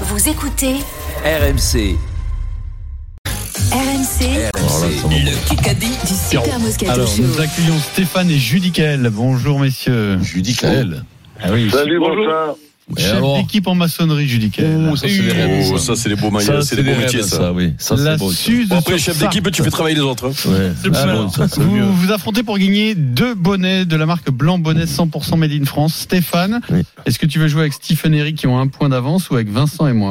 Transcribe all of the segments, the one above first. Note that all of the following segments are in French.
Vous écoutez RMC. RMC, Oh Le Kikadi. du Super Moscato Alors, Show. nous accueillons Stéphane et Judicael. Bonjour, messieurs. Judicael. Ah oui. Salut, bonjour. Chef alors d'équipe en maçonnerie, Judicael. ça, c'est des rêves, Oh, ça, c'est les beaux maillots, c'est les beaux métiers, rêves, ça. oui. Ça, La c'est beau. ça. Suze Bon, après, sur chef d'équipe, Sarthe. tu fais travailler les autres. hein. Ouais. Ah, bon, ça, c'est mieux. Vous vous affrontez pour gagner deux bonnets de la marque Blanc Bonnet 100% Made in France. Stéphane, Oui. est-ce que tu veux jouer avec Stephen et Eric qui ont un point d'avance ou avec Vincent et moi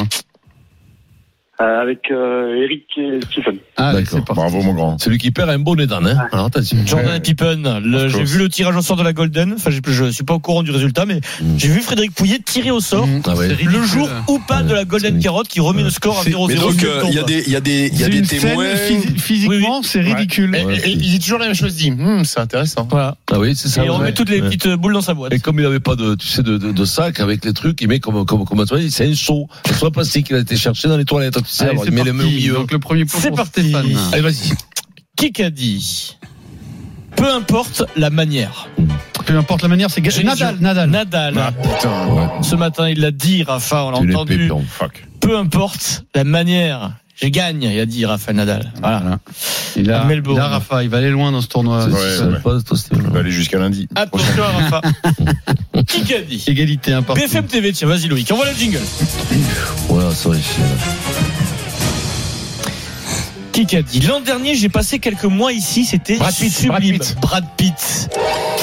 Euh, avec euh, Eric et Stephen. D'accord. Allez, Ah, c'est parti. Bravo, mon grand. Celui qui perd a un bonnet d'âne, hein. Alors, attention. Jordan Pippen, le- Of j'ai course. vu le tirage au sort de la Golden. Enfin, j'ai- je suis pas au courant du résultat, mais Mm. j'ai vu Frédéric Pouillet tirer au sort Mmh. Ah ouais. C'est le ridicule. jour ou pas de la Golden c'est- Carotte qui remet le score à C'est- 0-0. Mais sur donc, le euh, tour. il y a des, il y a des, il y a C'est des une scène témoins. phys- physiquement, c'est ridicule. Ouais, Et, et il dit toujours la même chose, il dit Hum, c'est intéressant. Voilà. Ah oui, c'est ça. Et on ouais. remet toutes les Ouais. petites boules dans sa boîte. Et comme il n'avait pas de, tu sais, de, de, de sac avec les trucs, il met comme, comme, comme on dit, c'est un seau. Un seau en plastique, il a été cherché dans les toilettes, tu sais. Allez, alors, c'est il met les mains au parti. milieu. Ah. Donc le premier point C'est pour parti. Stéphane. Allez, vas-y. Qui qu'a dit Peu importe la manière. Peu importe la manière, c'est ga- J'ai les Euh, Nadal. yeux. Nadal. Nadal. Ah, putain, ouais. Ce matin, il l'a dit, Rafa, on l'a Tu l'es entendu. pépion, fuck. Peu importe la manière. Je gagne, il a dit Rafa Nadal. Voilà. Voilà. Il a, Ah, À Melbourne. il a Rafa, il va aller loin dans ce tournoi. C'est- C'est- c'est- ça ne passe, toi, Stéphane. aller jusqu'à lundi. Attention, Rafa. Qui qu'a dit Égalité, un partout. BFM TV, tiens, vas-y Loïc, envoie le jingle. Ouais, ça va, chier, là. Qui qu'a dit L'an dernier, j'ai passé quelques mois ici, c'était Brad Pitt, sublime. Brad Pitt. Brad Pitt.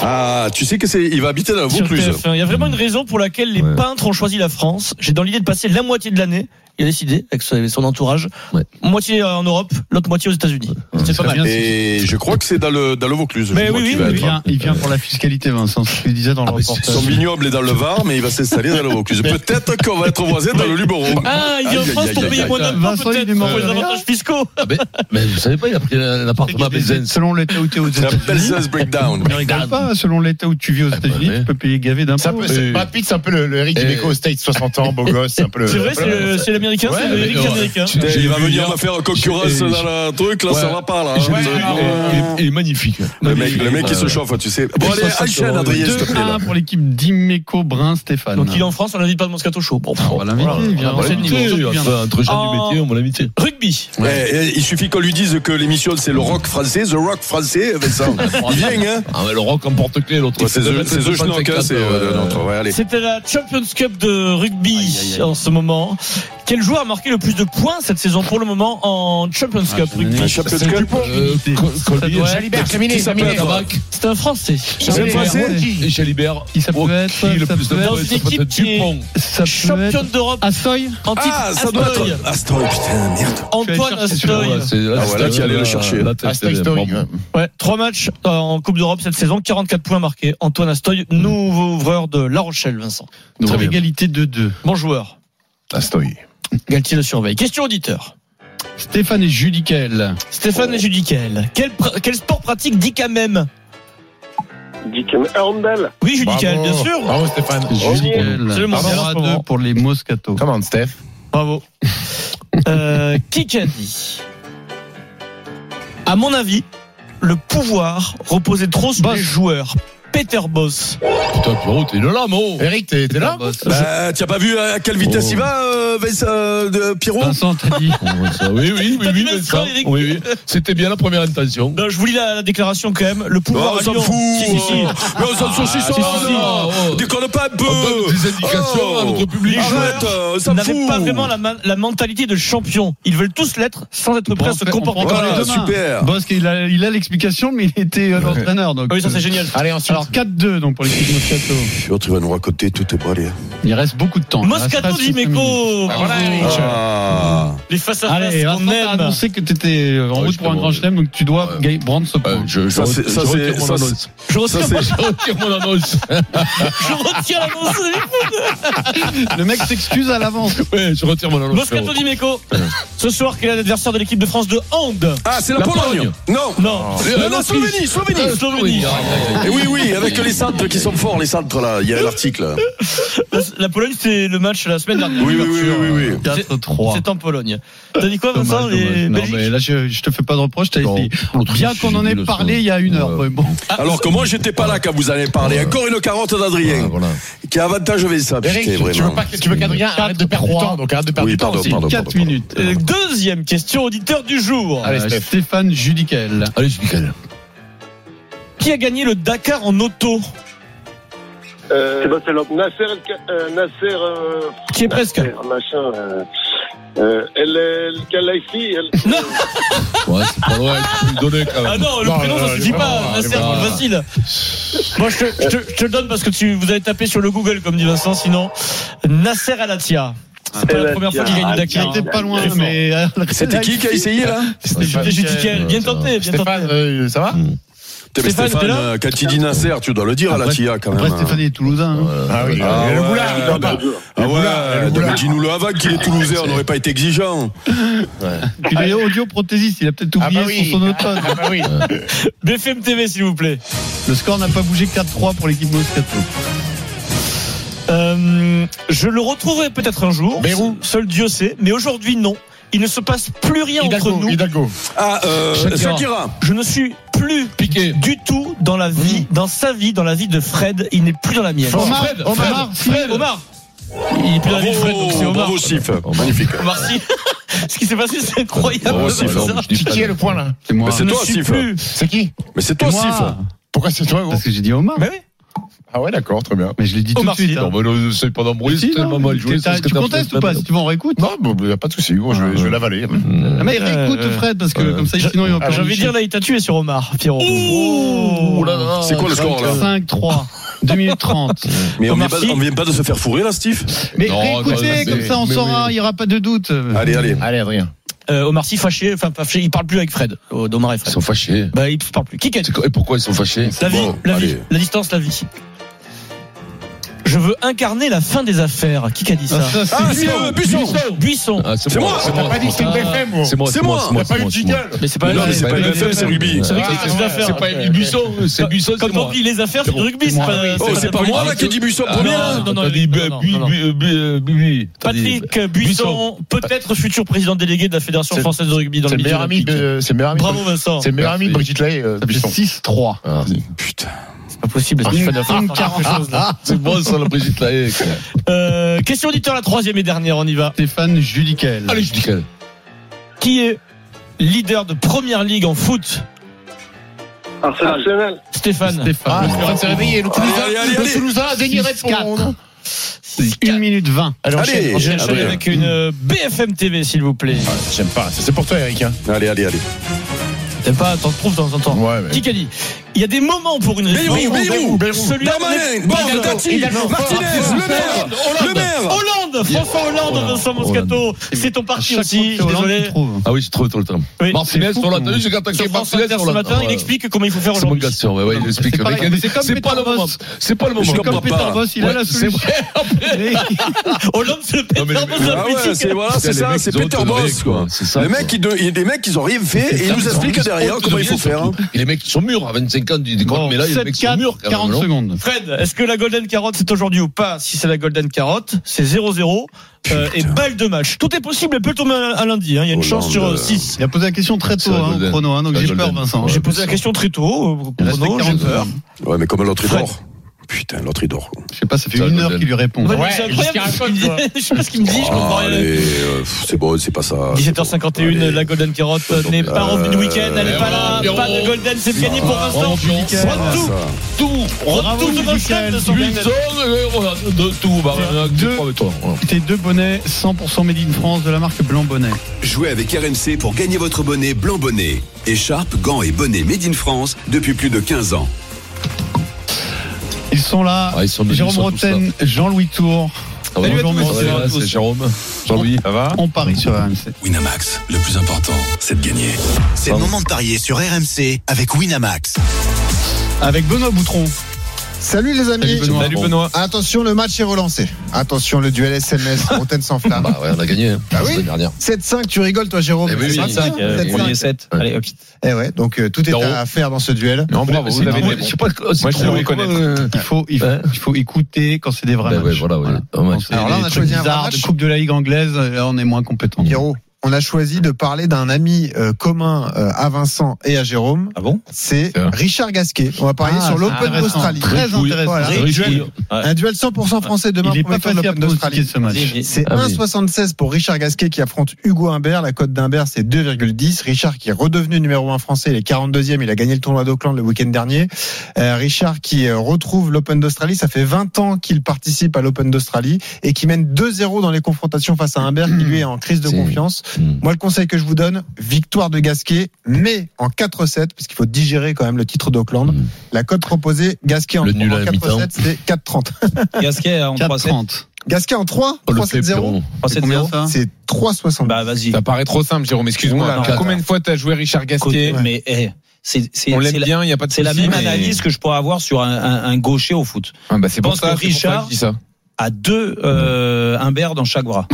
Ah, tu sais que c'est, il va habiter dans la sur Vaucluse. TF1. Il y a vraiment une raison pour laquelle les Ouais. peintres ont choisi la France. J'ai dans l'idée de passer la moitié de l'année. Il a décidé, avec son avec son entourage, Ouais. moitié euh, en Europe, l'autre moitié aux États-Unis. C'était pas Très mal. bien, c'est- Et je crois que c'est dans le, dans le Vaucluse. je Mais crois oui, qu'il oui, va Il oui, être. vient, il vient pour la fiscalité, Vincent, c'est ce qu'il disait dans le Ah, mais c'est reportage. Son vignoble est dans le Var, mais il va s'installer dans le Vaucluse. Peut-être qu'on va être voisin dans le Luberon. Ah, il vient en Aïe, France aïe, pour aïe, payer aïe, moins aïe. d'impôts, Vincent, il est peut-être, mort. pour les avantages fiscaux. Ah, mais, mais vous savez pas, il a pris un, un appartement à Bézens. Selon l'État où tu es aux Ça s'appelle États-Unis, Sales Breakdown. ne rigole pas, selon l'État où tu vis aux bah, États-Unis, oui. tu peux payer gavé d'impôts. Euh, Ça peut, c'est, Et- Brad Pitt, c'est un peu le, le Eric Et- Dimeco au State, 60 ans, beau gosse, c'est un peu le. C'est vrai, c'est le- c'est l'américain, Ouais, c'est le mais Eric ouais. américain. Tu- Putain, J'ai Il va vu venir hier. me faire concurrence J'ai- dans le truc, là, Ouais. ça va pas, là. J'ai- hein. il est- il est magnifique. Le mec, le mec, il se Ouais. chauffe, tu sais. Bon, allez, 60 enchaîne, euros. Adrien, s'il te plaît. 2 là. 1 pour l'équipe d'Immeco Brun Stéphane. Donc il est en France, on l'invite pas de Moscato Show. Bon, On va l'inviter, il vient. On l'a C'est le invité, niveau, il vient. enfin, entre gens du Ah. métier, on va l'inviter. Rugby. Eh, eh, il suffit qu'on lui dise que l'émission c'est le rock français, The Rock français, Vincent. Il vient, hein Ah, mais le rock en porte-clés, l'autre. Ouais, C'est The c'est The Schnock, hein, c'est euh, notre. Ouais, allez. C'était la Champions Cup de rugby Aïe, aïe, aïe. en ce moment. Quel joueur a marqué le plus de points cette saison pour le moment en Champions Ah, Cup c'est rugby magnifique. Champion de Cup. Jalibert, terminé, Qui s'appelle terminé. Tabac C'est un Français. C'est Jalibert. passé Et Jalibert. Qui ça peut Oh, être, qui le ça plus de peut points, être une ça peut équipe être qui est- Dupont. Ça peut être Championne d'Europe Assoy en titre. Ah, ça doit être. Astoy. Astoy, putain, merde. Antoine Je vais chercher Astoy. Ouais, c'est- Ah, voilà, c'est- qui allait le chercher. là, c'est- Hashtag c'est- story. bon. ouais. Ouais, trois matchs euh, en Coupe d'Europe cette saison, 44 points marqués. Antoine Astoy, nouveau ouvreur de La Rochelle, Vincent. Donc Très bien. égalité 2-2. Bon joueur. Astoy. Galtier le surveille. Question auditeur. Stéphane et Judicael. Stéphane et Judicael. Quel, pr- quel sport pratique Dick Amem Oui, Judicael, Bravo. bien sûr. Bravo, Stéphane. Judicael. C'est le mondial en 3-2 ce moment. pour les Moscato. Come on, Steph. Bravo. Euh, qui qu'a dit À mon avis, le pouvoir reposait trop sur Boss. les joueurs. Peter Boss. Putain, Pierrot, t'es une lame, oh. Eric, t'es, t'es là Bah, t'as pas vu à quelle vitesse Oh. il va, euh, Vincent, euh, de Pierrot Vincent, t'as dit Ouais, ça, Oui, oui, oui, T'as oui, dit Vincent, Vincent, Eric. oui, oui. C'était bien la première intention. Non, je vous lis la, la déclaration quand même. Le Non, pouvoir Oh, on à s'en Lyon. fout Oh, Si, si, si. euh. Mais on s'en saucissonne, Ah, si, si, si. là. Oh. Déconne pas un peu On donne des indications à notre public. Les joueurs Arrête, euh, on s'en n'avaient fout pas vraiment la, ma- la mentalité de champion. Ils veulent tous l'être sans être prêts à se On comporter. prend encore Voilà, les deux mains. super. Boss, il a il a l'explication, mais il était euh, l'entraîneur. donc, Ah oui, ça c'est génial. Allez, ensuite. Alors 4-2 donc pour l'équipe Moscato. L'autre, il va nous raconter tout est pas allé. Il reste beaucoup de temps. Il Moscato reste cinq minutes. Dimeco. Ah, voilà, Eric. Ah. Les face à Allez, face on qu'on a aime. annoncé que tu étais en Ouais, route Ah je pour un comprends. grand chelem, donc tu dois Ouais. gagner- prendre ce point. Euh, je- je Ça, c'est- retire- ça, je c'est- retire mon ça, annonce. Ça, Je retire, c'est- Je retire mon annonce. je retire l'annonce. Le mec s'excuse à l'avance. Ouais, je retire mon annonce. Moscato Pierrot. Dimeco. Ce soir, quel est l'adversaire de l'équipe de France de Hand Ah, c'est la, La Pologne. Pologne. Non. Non. Euh, Non, non, Slovénie, Slovénie. Ah, Slovénie. Ah, ah, ah. Eh oui, oui, Oui, avec les centres qui sont forts, les centres là. Il y a l'article. La, la Pologne, Euh, c'est le match la semaine dernière. Oui, oui, oui, oui, oui. 4-3. C'est en Pologne. T'as dit quoi, Vincent Dommage, les dommage. Non, Belgiques mais là, je, Oh, je te fais pas de reproche, t'as Non. essayé. Bien qu'on en ait parlé il y a une Euh, heure. mais Bon, Alors que moi, j'étais pas là quand vous allez parler. Encore une carotte Voilà, d'Adrien. voilà. Qui a avantage ça. Eric, Putain, tu- tu veux vraiment. pas que- tu veux qu'Adrien arrête de perdre du temps, donc arrête de perdre Oui, du temps pardon, aussi. pardon. 4 minutes. Euh, Deuxième question auditeur du jour. Allez, Euh, Steph. Stéphane Judicael. Allez, je Michael. Qui a gagné le Dakar en auto C'est pas celle-là. Euh, Nasser, El- euh, Nasser, euh, Qui est presque. Nasser, machin, euh, euh, El, El Khalafi, El- Ouais, c'est pas vrai, tu peux lui donner quand Ah même. non, le Non, prénom, non, ça non, suffit non, pas. non, Nasser, non, non. facile. Moi, je te, je te- je te le donne parce que tu, vous avez tapé sur le Google, comme dit Vincent, sinon. Nasser Alatia. C'est pas la Al-Attiyah, première fois qu'il gagne le Al-Attiyah. Dakar. J'étais pas loin, Très fort. mais. euh, C'était qui qui a essayé là C'était C'était Judicael. Judicael. Bien tenté, bien tenté. Stéphane, euh, ça va Putain, mais Stéphane, t'es Stéphane, là euh, quand il dit Nasser, tu dois le dire à la Après- TIA quand Après, même. hein. Stéphane est toulousain. hein. Ah oui, Ah et le ouais, boulard, il euh, doit bah, pas. Ah ouais, Boulard, non, Boulard. mais dis-nous le avant qu'il est toulousain, on n'aurait pas été exigeant. Puis il est audioprothésiste, il a peut-être Ah oublié bah oui. son sonotone. Ah bah oui. BFM TV, s'il vous plaît. Le score n'a pas bougé 4-3 pour l'équipe Moscato. Euh, je le retrouverai peut-être un jour. Bérou. Seul Dieu sait. Mais aujourd'hui, non. Il ne se passe plus rien entre Hidalgo, nous. Hidalgo. Ah, euh, Shakira. Shakira. Je ne suis plus Piqué. du tout dans la vie, dans sa vie, dans la vie de Fred. Il n'est plus dans la mienne. Omar, Mm. Fred, Omar, Fred, si. Fred, Omar. Il est plus dans la vie de Fred, donc c'est Bravo, Omar. Oh, bravo Sif. Magnifique. Omar Sy. Ce qui s'est passé, c'est incroyable. Oh, Bravo Sif. Ça. Alors, je dis Qui pas qui est de- le point là C'est moi. Mais c'est Je ne toi, suis Sif. plus. C'est qui Mais c'est toi C'est Sif. moi. Pourquoi c'est toi, gros Parce que j'ai dit Omar. Mais oui. Ah ouais, d'accord, très bien. Mais je l'ai dit tout de Omar suite. Sy. hein. Non, mais le- c'est pas d'embrouiller, c'est Si, tellement non, mal t'es- joué. c'est ce que Tu t'as contestes fait. ou pas Si tu veux, on réécoute. Non, bon, bah, y a pas de souci, bon, je vais, je vais l'avaler. Ah, mais réécoute Euh, Fred, parce que euh, comme ça, sinon, il va Ah, J'ai envie de dire, là, il t'a tué sur Omar, Pierrot. Oh là là. C'est quoi le score là 5-3, 2 minutes 30. Mais on Omar vient, pas, Sy. on vient pas de se faire fourrer là, Steve Mais Non, quand réécoutez, même, comme mais- ça, on mais saura, il n'y aura pas de doute. Allez, allez. Allez, Adrien. Euh, Omar Sy fâché, enfin, pas fâché, il parle plus avec Fred. Oh, D'Omar et Ils Fred. sont fâchés. Bah, il parle plus. Qui gagne C'est quoi- Et pourquoi ils sont fâchés La vie, Bon, la allez. vie, la distance, la vie. Je veux incarner la fin des affaires. Qui a dit ça Ça, c'est Ah, dur. c'est euh, Buisson Buisson. Ah, C'est moi. c'est T'as moi, pas dit que c'est c'était une Ah. BFM, gros moi, c'est moi, moi. c'est T'as moi, pas c'est eu de moi, c'est moi. jingle Mais c'est pas Non, vrai. mais c'est pas ouais, une ouais, FM, c'est ouais, Ruby. ouais. C'est vrai que Ah, c'est des non, affaires. c'est pas Émile Buisson, c'est Buisson, c'est Quand on moi. dit les affaires, c'est du rugby, c'est moi. pas. Oh, c'est pas moi là qui ai dit Buisson Ah, premier non, là non, non, T'as non, dit non, non, non. Bui- Bui- Bui- Bui- T'as dit- Patrick Buisson, peut-être futur président délégué de la Fédération C'est- française de rugby dans C'est le le milieu meilleur ami olympique. de. C'est le meilleur ami Bravo Vincent. C'est le meilleur ami de Brigitte Lay, euh, Ça fait Buisson. 6-3. Ah, Putain. C'est pas possible. est-ce que tu fais d'affaires par quelque chose, là C'est bon ça, la Brigitte Lahaye. quoi. Euh, Question auditeur, la troisième et dernière, on y va. Stéphane Judicael. Allez, je dis qu'elle. Qui est leader de première ligue en foot Arsenal. Stéphane. Ah, Stéphane. Stéphane s'est réveillé. Le Toulousain, Allez, allez, allez. le Toulousain a daigné répondre. 1 minute 20. Allez, J'ai enchaîné avec une euh, BFM TV, s'il vous plaît. Ah, J'aime pas. ça, C'est pour toi, Eric. hein. Allez, allez, allez. T'aimes pas, t'en trouves de temps en temps. Ouais, mais- Qui qu'a dit Il y a des moments pour une Bayrou, réponse. Bayrou, Celui Darmanin, Borg, Tati, Martinez, Le Maire, Le Maire. Hollande, François Hollande, Hollande, Vincent Moscato. C'est ton parti aussi, c'est Hollande qui désolé. trouve. Ah oui, j'ai trouvé tout le temps. Oui. Martinez, fou, on l'a comme- tenu, j'ai attaqué Sur France Martinez Inter on ce l'a- matin, il Ouais. explique comment il faut faire C'est mon aujourd'hui. gars, sûr, ouais, ouais, il explique. c'est Mais pareil, quel- mais c'est comme C'est pas le Peter moment. Voss. C'est pas le moment. Je Non, Comme comprends Peter pas. Boss, il a Ouais, la c'est solution. Mais- Hollande, c'est le mais les pétard de mecs- la Ah ouais, politique. c'est voilà, c'est les ça, mecs, c'est ils ont Peter honte de Boss rien, quoi. quoi. C'est ça, Les quoi. mecs, ils de- il y a des mecs, ils ont rien fait et ils nous expliquent derrière comment il faut faire. hein. Et les mecs sont mûrs à 25 ans, ils Bon, déconnent, mais là, les mecs sont 7-4, mûrs quand 40 même. non secondes. Fred, est-ce que la Golden Carotte c'est aujourd'hui ou pas Si c'est la Golden Carotte, c'est 0-0 euh, et balle de match. Tout est possible, elle peut tomber à à lundi. hein. Il y a une chance sur Hollande, 6. Il a posé la question très tôt C'est la hein, au Golden. chrono, hein, donc C'est la j'ai peur, Golden. Vincent. Ouais. J'ai posé la question très tôt. euh, Il reste Bruno, j'ai 40 peur. heures. hein. Ouais, mais comme l'autre il Fred. dort. Putain, l'autre il dort. quoi. Je sais pas, ça fait C'est la une heure Golden. qu'il lui répond. Ouais, Ouais, c'est incroyable jusqu'à ce la qu'il me dit. fin, quoi. Je sais pas ce qu'il me dit, je comprends Ah, rien. allez, euh, pff, c'est bon, c'est pas ça. 17h51, Allez. la Golden Carotte n'est pas revenue du week-end, elle n'est pas là, Pierrot. pas de Golden, c'est gagné pour Vincent. Bravo, Ah, Tout, ça. Tout, Bravo, retour de Michael. Vincent de son Wilson, Golden. euh, voilà, de tout, bah, on a que Deux. trois victoires, voilà. C'était deux bonnets 100% made in France de la marque Blanc Bonnet. Jouez avec RMC pour gagner votre bonnet blanc bonnet. Écharpe, gants et bonnets made in France depuis plus de 15 ans. Ils sont là. Ah, ils sont venus, Jérôme ils sont tous Roten, Jean-Louis Tour. Ah, Salut à bonjour, monsieur. tous. Bonjour à Ouais, tous. C'est Jérôme. Jean-Louis, ça va On parie sur RMC. Winamax, le plus important, c'est de gagner. C'est le moment de parier sur RMC avec Winamax. Avec Benoît Boutron. Salut les amis. Salut Benoît. Salut Benoît. Attention, le match est relancé. Attention, le duel SMS, Rotten sans flamme. Bah ouais, on a gagné. hein, Ah la oui semaine dernière. 7-5, tu rigoles toi Jérôme Eh oui, oui. 7-5, 5, euh, 7-5. premier 7. Allez, hop. Eh ouais, donc euh, tout est Zéro. à faire dans ce duel. Non, Bravo, bravo, vous avez bravo. des bons. Je sais pas, oh, c'est Moi, je trop- sais reconnaître. euh, Il faut, il faut, Hein il faut écouter quand c'est des vrais Ben matchs. ouais, voilà, ouais. Un match. Alors là, on a choisi un vrai bizarre, match. de Coupe de la Ligue anglaise, euh, là, on est moins compétent. Pierrot, on a choisi de parler d'un ami euh, commun euh, à Vincent et à Jérôme. Ah bon C'est C'est vrai. Richard Gasquet. On va parier Ah, sur c'est l'Open intéressant. d'Australie. Très Bah, intéressant. Voilà. Riche couille. Un duel 100% français demain Il est pour pas les fans de facile à l'Open pronostiquer d'Australie. ce match. C'est Ah oui. 1,76 pour Richard Gasquet qui affronte Hugo Humbert. La cote d'Humbert, c'est 2,10. Richard qui est redevenu numéro 1 français. Il est 42e. Il a gagné le tournoi d'Auckland le week-end dernier. Euh, Richard qui euh, retrouve l'Open d'Australie. Ça fait 20 ans qu'il participe à l'Open d'Australie et qui mène 2-0 dans les confrontations face à Humbert qui lui est en crise de C'est- confiance. Hmm. Moi, le conseil que je vous donne, victoire de Gasquet, mais en 4-7, puisqu'il faut digérer quand même le titre d'Auckland. Mm. La cote proposée, Gasquet en, Le en nul à la mi-temps. 4-7, c'est 4-30. Gasquet en 3-7. 4-30. Gasquet en 3, Oh, le 3-7-0. Pépéron. C'est combien 3-7-0. ça C'est 3,60. Hein Bah, vas-y. Ça paraît trop simple, Jérôme, Oh excuse-moi. là là. Combien de fois t'as joué Richard Gasquet Côté, mais eh, c'est c'est- On c'est l'aime la- bien, il n'y a pas de c'est la souci, même mais- analyse que je pourrais avoir sur un, un- un gaucher au foot. Ah, bah, c'est Je pour pense ça, que c'est pour ça Richard- je dis ça. À deux euh, Humbert dans chaque bras.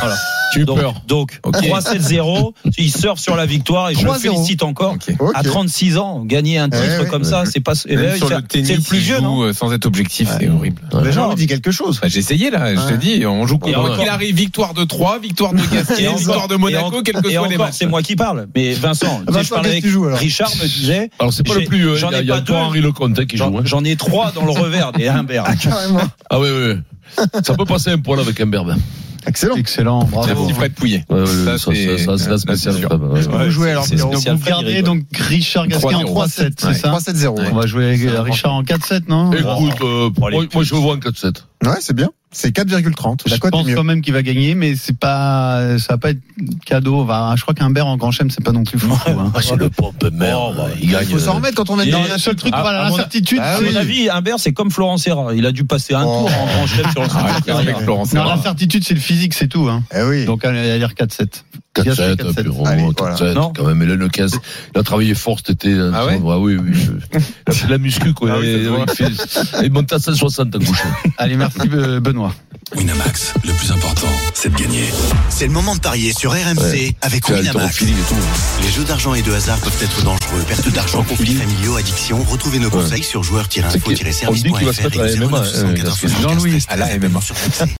Voilà. Tu as eu Donc, peur. donc Ok. 3-7-0, il sort sur la victoire et je le 3-0. félicite encore. Ok. À 36 ans, gagner un titre Eh oui. comme ça, c'est pas eh Même ben, sur c'est le tennis, c'est le plus hein. il vieux, joue, non euh, sans être objectif, c'est horrible. Les gens dit quelque chose. Bah, J'ai essayé là, je Ouais. te dis, on joue hein. Et contre. encore- Qu'il arrive, victoire de 3, victoire de Et Gasquet, encore- victoire de et en- Monaco, quel que et soit les encore, matchs. c'est moi qui parle. Mais Vincent, tu sais, Ah, Vincent, je parlais qu'est-ce avec que tu joues, alors Richard me disait Alors c'est pas J'ai- le plus. hein, j'en Il y a- ai il y a pas encore deux. Henri Lecomte hein, qui joue. j'en hein. j'en ai trois dans le revers des Humbert. Carrément. Ah oui, oui. oui. Ça peut passer un poil avec un berbe. Excellent. Excellent, bravo. Merci Fred Pouillet. Ouais, ouais, Ça, ça, ça, c'est- ça, c'est la spéciale. sûr. Fred, ouais, ouais. Est-ce que vous jouez alors c'est Pierrot spécial. Vous gardez donc Richard Gasquet 3-0. en 3-7, c'est Ouais. ça 3-7-0. On va jouer avec euh, Richard en 4-7, non Écoute, euh, allez, moi, moi, je vois un 4-7. Ouais, c'est bien. C'est 4,30. Je La cote est pense mieux. quand même qu'il va gagner, mais c'est pas, ça va pas être cadeau. Enfin, je crois qu'un bear en grand chelem, c'est pas non plus fou. hein. Ah, c'est le pompe Oh, merde. bah, il Il gagne. euh, faut euh, s'en remettre quand on est Et- dans Le seul truc, Ah, voilà, à mon- l'incertitude, Ah À c'est- mon avis, Humbert, c'est comme Florent Serra. Il a dû passer un Oh. tour en grand chef sur le Ah, circuit. ouais, avec Florence. Non, Serra. l'incertitude, c'est le physique, c'est tout. Hein. Eh oui. Donc, allez, à dire 4-7. 4-7, 4-7. Pierrot, Allez, 4-7, voilà. quand même. Et là, le 15, il a travaillé fort cet été. là, Ah ça, ouais bah oui, oui. je- Il a fait de la muscu, quoi. Ah oui, ça se il, voit. il fait- il monte à 160 en couche. Allez, merci, euh, Benoît. Winamax, le plus important, c'est de gagner. C'est le moment de parier sur RMC avec Tu as le Winamax. feeling et tout. Les jeux d'argent et de hasard peuvent être dangereux. Perte d'argent, conflits familiaux, addiction. Retrouvez nos Ouais. conseils sur C'est qu'il- on dit qu'il va se joueurs-service.fr et mettre à la MMA, euh, 09 74 75 Jean-Louis. 13 13 À la MMA. sur RMC.